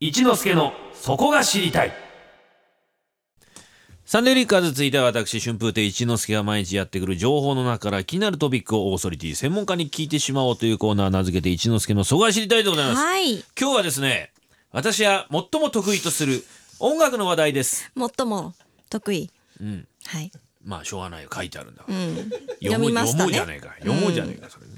一之助のそこが知りたいサンデーリッカーズついては私、春風亭一之輔が毎日やってくる情報の中から気になるトピックをオーソリティ専門家に聞いてしまおうというコーナー名付けて一之輔の蘇我知りたいでございます。はい。今日はですね、私は最も得意とする音楽の話題です。最も得意。んはい。まあ、しょうがないよ。書いてあるんだかうら。ん。読読もうみました読もうね。じゃないか。読もうじゃないか、それね。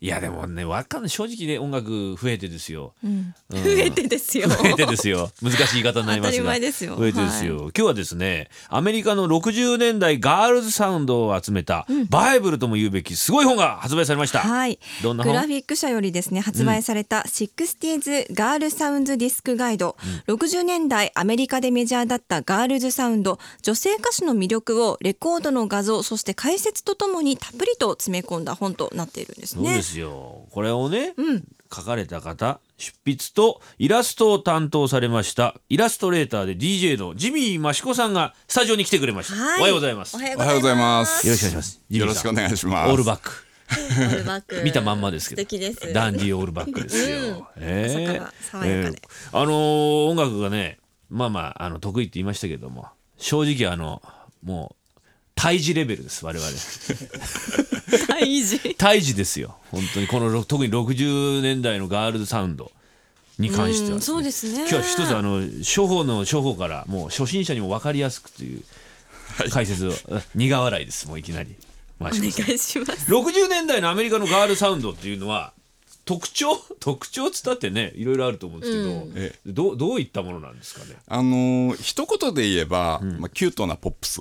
いや、でもね、わかんない。正直で音楽増えてですよ。うん増えてです よ。増えてですよ。難しい言い方になりますが。当たり前ですよ増えてですよ。今日はですね、アメリカの60年代ガールズサウンドを集めた、バイブルとも言うべきすごい本が発売されました。はい。どんなグラ本フィック社よりですね発売された 60s ガールサウンズディスクガイド、60年代アメリカでメジャーだったガールズサウンド女性歌手の魅力をレコードの画像そして解説とともにたっぷりと詰め込んだ本となっているんですそうでね。すよ。これをね、書かれた方、執筆とイラストを担当されました、イラストレーターで DJ のジミー益子さんがスタジオに来てくれました。はいおはようございます。およはようおはようごござざいいま。ますす。ろしくお願いします。よろしくおいし願いします。オールバック。見たまんまですけど素敵ですダンディーオールバックですよ、朝から爽やかでえあのー音楽がねまあまああの得意って言いましたけども正直あのもう胎児レベルです我々 大事。胎児ですよ本当にこのろ特に60年代のガールズサウンドに関しては、うんそうですね今日は一つあの初歩の初歩からもう初心者にも分かりやすくという解説を、うん苦笑いですもういきなり、まあ、お願いします。 60年代のアメリカのガールサウンドっていうのは特徴 特徴っつったってねいろいろあると思うんですけど、えどうどういったものなんですかねあのー一言で言えば、まあキュートなポップス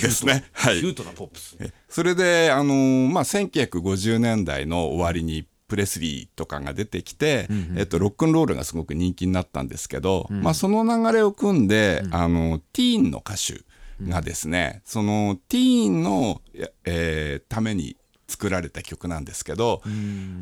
ですね。はキューい。トなポップスえそれであのーまあ1950年代の終わりに。プレスリーとかが出てきて、えっと、ロックンロールがすごく人気になったんですけど、まあ、その流れを組んで、あのティーンの歌手がですね、そのティーンの、やえーために作られた曲なんですけど、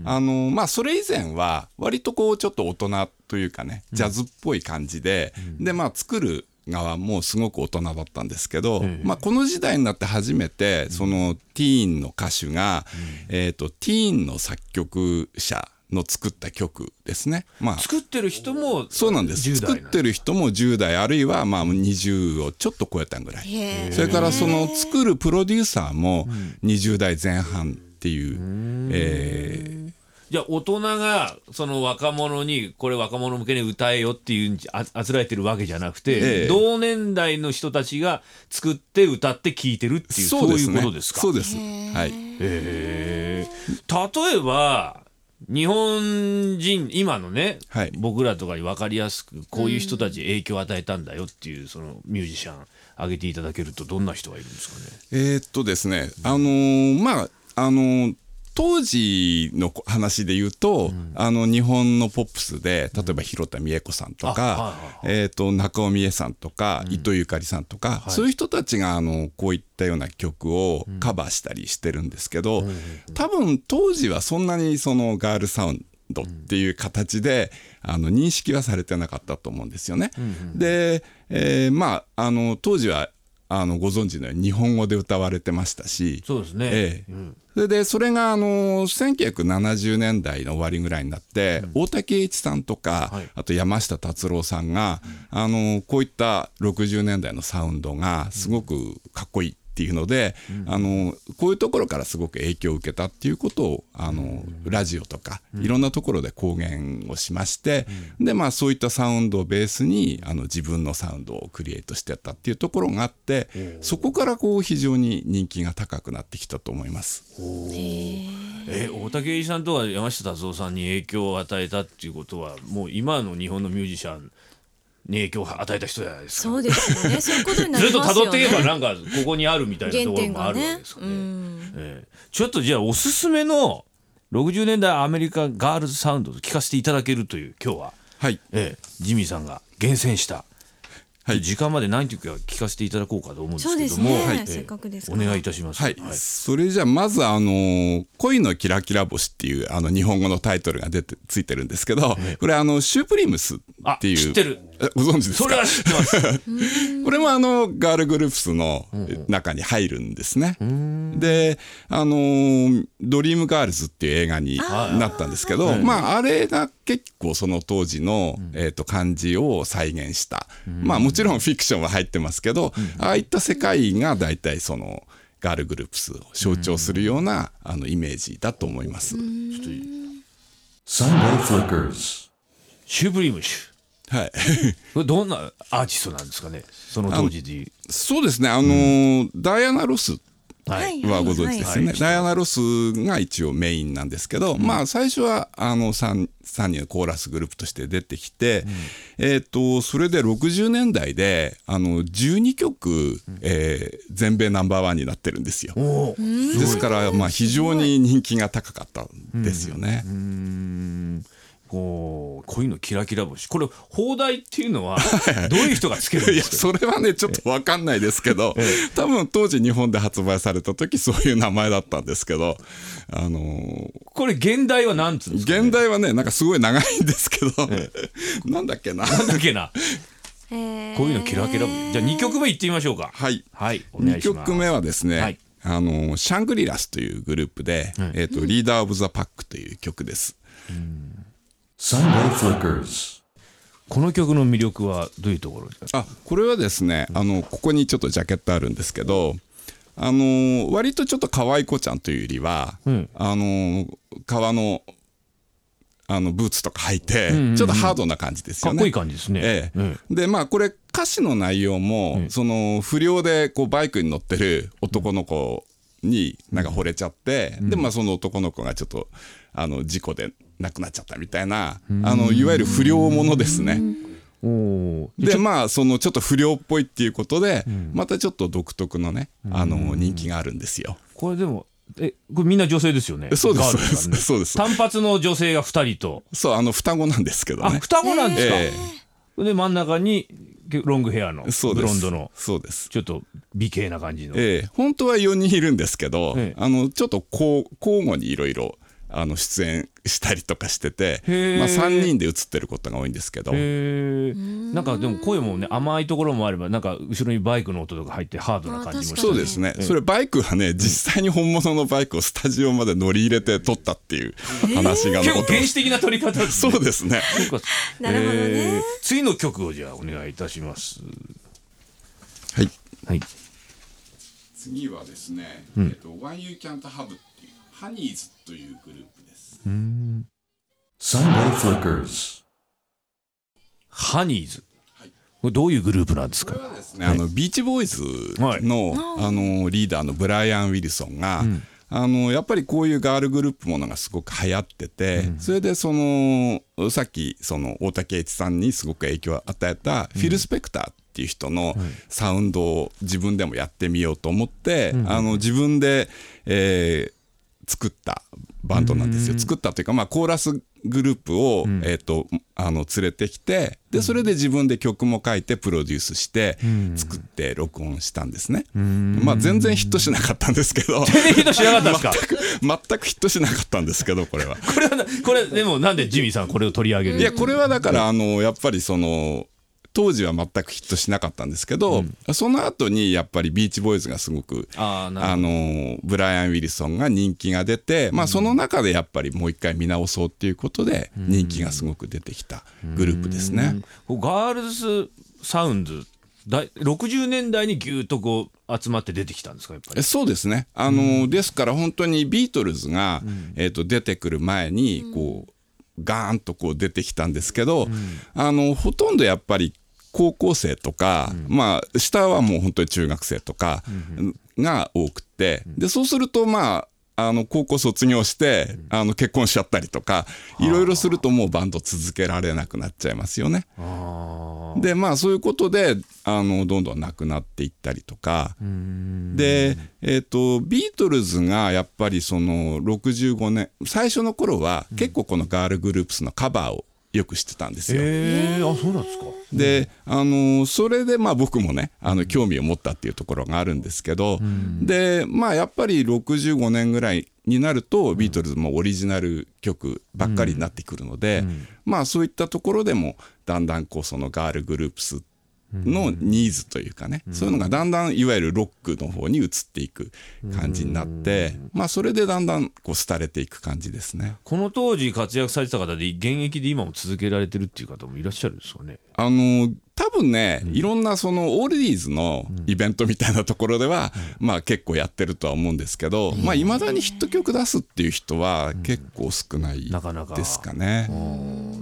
あのまあ、それ以前は割とこうちょっと大人というかねジャズっぽい感じで、でまあ作る側もすごく大人だったんですけど、まあ、この時代になって初めてそのティーンの歌手が、えー、とティーンの作曲者の作った曲ですね。まあ作ってる人もそうなんです10代作ってる人も10代あるいはまあ20をちょっと超えたぐらいへーそれからその作るプロデューサーも20代前半っていう、えーじゃあ大人がその若者にこれ若者向けに歌えよっていうんじああつらえてるわけじゃなくて、ええ同年代の人たちが作って歌って聴いてるっていうそうですいうねことですかそうです。はい。へえ例えば日本人今のね、はい僕らとかに分かりやすくこういう人たちに影響を与えたんだよっていうそのミュージシャン挙げていただけるとどんな人がいるんですかねえーっとですね、あのーまあ、あのー当時の話で言うと、あの日本のポップスで例えば広田美恵子さんとあはいか、えーっと中尾美恵さんとか、伊藤ゆかりさんとか、そういう人たちがあのこういったような曲をカバーしたりしてるんですけど、多分当時はそんなにそのガールサウンドっていう形で、あの認識はされてなかったと思うんですよね。で、えーまああの当時はあのご存知のように日本語で歌われてましたしそうですね、ええそれでそれがあの1970年代の終わりぐらいになって、大竹栄一さんとか、はいあと山下達郎さんが、あのこういった60年代のサウンドがすごくかっこいいっていうので、あのこういうところからすごく影響を受けたっていうことをあの、ラジオとかいろんなところで公言をしまして、でまあそういったサウンドをベースにあの自分のサウンドをクリエイトしてたっていうところがあって、そこからこう非常に人気が高くなってきたと思います。え大竹栄一さんとか山下達郎さんに影響を与えたっていうことはもう今の日本のミュージシャンに影響を与えた人じゃないですかそうで すよね。そういうことになずっりとます辿よね。っていけばなんかここにあるみたいなところもあるわけですよね。原点がねうええちょっとじゃあおすすめの60年代アメリカガールズサウンドを聞かせていただけるという今日は、はい、ええジミーさんが厳選した、はい時間まで何曲か聞かせていただこうかと思うんですけども、そうですねはいはえいえせっかくですおから願いいたします。はい、はいそれじゃあまずあのー恋のキラキラ星」っていうあの日本語のタイトルが出てついてるんですけど、これあのシュープリームスってあいう知ってるえご存知ですそかれは知ってます。これもあのガールグループスの中に入るんですね。で、あのードリームガールズ」っていう映画になったんですけどまあ、あれが結構その当時の、えー、と感じを再現した、まあ、もちろんフィクションは入ってますけど、ああいった世界が大体そのガールグループスを象徴するような、あのイメージだと思います。 Sunday Flickers. シュープリームシュ。はい これどんなアーティストなんですかね。その当時で言う。そうですね、あのーダイアナ・ロスはいはご存知ですよね、はいダイアナ・ロスが一応メインなんですけど、まあ最初はあの 3, 3人のコーラスグループとして出てきて、えー、とそれで60年代であの12曲、えー全米ナンバーワンになってるんですよ。おお。ですから、まあ、非常に人気が高かったんですよね。こう恋のキラキラ星。これ放題っていうのはどういう人がつけるんいでやすか。それはねちょっと分かんないですけど、多分当時日本で発売された時そういう名前だったんですけど、あのーこれ現代はなんつうんですか。現代はねなんかすごい長いんですけど、 なんだっけななんだっけな。えー恋のキラキラ星。じゃあ二曲目いってみましょうか。はいはい。お願2いします。曲目はですね、はいあのシャングリラスというグループで「えー、とリーダー・オブ・ザ・パック」という曲です。 Sunday Flickers. この曲の魅力はどういうところですか。あこれはですねあのここにちょっとジャケットあるんですけど、あの割とちょっと可愛い子ちゃんというよりは、あの革のあのブーツとか履いて、ちょっとハードな感じですかよっね。こいい感じですね。ええうんでまあこれ歌詞の内容も、その不良でこうバイクに乗ってる男の子になんか惚れちゃって、でまあその男の子がちょっとあの事故で亡くなっちゃったみたいな、あのいわゆる不良ものですね。おお。でまあそのちょっと不良っぽいっていうことで、またちょっと独特のねあの人気があるんですよ。これでも、え、これみんな女性ですよね。そうですガールズさんねそうですそう単発の女性が二人と。そうあの双子なんですけどあ、ね。双子なんですか。えで、真ん中に、ロングヘアの、えそうブですロンドの、そうです。ちょっと美形な感じの。ええ、本当は4人いるんですけど、ええあのちょっとこう交互にいろいろあの出演したりとかしててへ、えまあ、3人で写ってることが多いんですけど、へえなんかでも声もね甘いところもあればなんか後ろにバイクの音とか入ってハードな感じもしてそうですね、それバイクはね実際に本物のバイクをスタジオまで乗り入れて撮ったっていう話が結構 残ってま原す、始的な撮り方ですねそうですねそうか なるほどねえー次の曲をじゃあお願いいたしますはいはい次はですね「えっと One You Can't Have」っていうハニーズというグループです。 Sunday Flickers. ハニーズこれどういうグループなん ですかあのビーチボーイズの,、あのリーダーのブライアン・ウィルソンが、あのやっぱりこういうガールグループものがすごく流行ってて、それでそのさっきその大竹栄一さんにすごく影響を与えたフィル・スペクターっていう人のサウンドを自分でもやってみようと思って、あの自分で、えー作ったバンドなんですよ。作ったというか、まあ、コーラスグループを、えー、とあの連れてきてでそれで自分で曲も書いてプロデュースして作って録音したんですね、まあ、全然ヒットしなかったんですけど全然ヒットしなかったんですか 全くヒットしなかったんですけどこれは。これはなこれでもなんでジミーさんこれを取り上げるいやこれはだからあのやっぱりその当時は全くヒットしなかったんですけど、その後にやっぱりビーチボーイズがすごくあーなるほどあのブライアン・ウィルソンが人気が出て、まあ、その中でやっぱりもう一回見直そうっていうことで人気がすごく出てきたグループですね。こうガールズサウンズだい60年代にぎゅっとこう集まって出てきたんですかやっぱりえそうですね、あのですから本当にビートルズが、えー、と出てくる前にこうガーンとこう出てきたんですけど、あのほとんどやっぱり高校生とか、まあ、下はもう本当に中学生とかが多くてでそうするとまああの高校卒業してあの結婚しちゃったりとかいろいろするともうバンド続けられなくなっちゃいますよね。でまあそういうことであのどんどんなくなっていったりとかで、えー、とビートルズがやっぱりその65年最初の頃は結構このガールグループスのカバーをよくしてたんですよ。えー、あそうなんですかで、あのーそれでまあ僕もねあの興味を持ったっていうところがあるんですけど、でまあやっぱり65年ぐらいになるとビートルズもオリジナル曲ばっかりになってくるので、まあそういったところでもだんだんこうそのガールグループスのニーズというかね、そういうのがだんだんいわゆるロックの方に移っていく感じになって、まあそれでだんだんこう廃れていく感じですね。この当時活躍されてた方で現役で今も続けられてるっていう方もいらっしゃるんですかねあの多分ね、いろんなそのオールディーズのイベントみたいなところでは、まあ結構やってるとは思うんですけど、まあいまだにヒット曲出すっていう人は結構少ないなかなかですかね。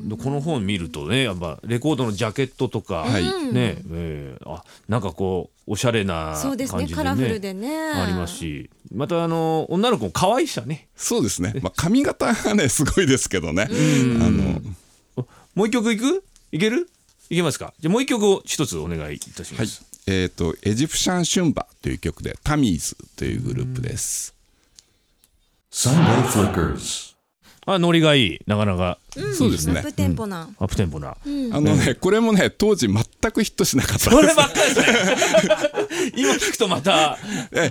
でこの本見るとねやっぱレコードのジャケットとか、はいねえーあなんかこうおしゃれなそ感うじでですねねカラフルでねありますしまたあの女の子の可愛さねそうですね。まあ髪型がねすごいですけどね。あのおもう一曲いくいけるいけますかじゃあもう一曲を一つお願いいたします、はい、えっ、とエジプシャンシュンバという曲でタミーズというグループです。 Sunday flickers. あノリがいいなかなかそうですアねッ。プテンポな、アップテンポな、あのねこれもね当時全くヒットしなかったこんですればっかりですね今聞くとまたえ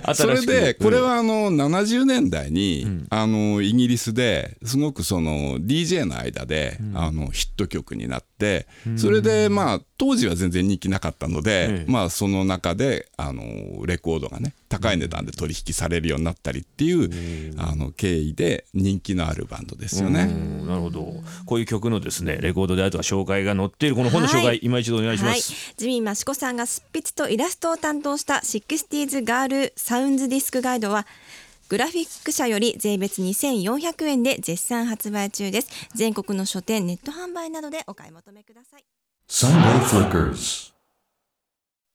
新しくそれでうんこれはあの70年代に、あのイギリスですごくその DJ の間で、あのヒット曲になって、それでまあ当時は全然人気なかったのでえ、えまあその中であのレコードがね高い値段で取引されるようになったりっていう、あの経緯で人気のあるバンドですよね。うんなるほどこういう曲のですねレコードであるとか紹介が載っているこの本の紹介、はい今一度お願いしまはいす、、ジミー益子さんが執筆とイラストを担当した「シックスティーズガールサウンズディスクガイドは」グラフィック社より税別2400円で絶賛発売中です全国の書店ネット販売などでお買い求めください Sunday flickers.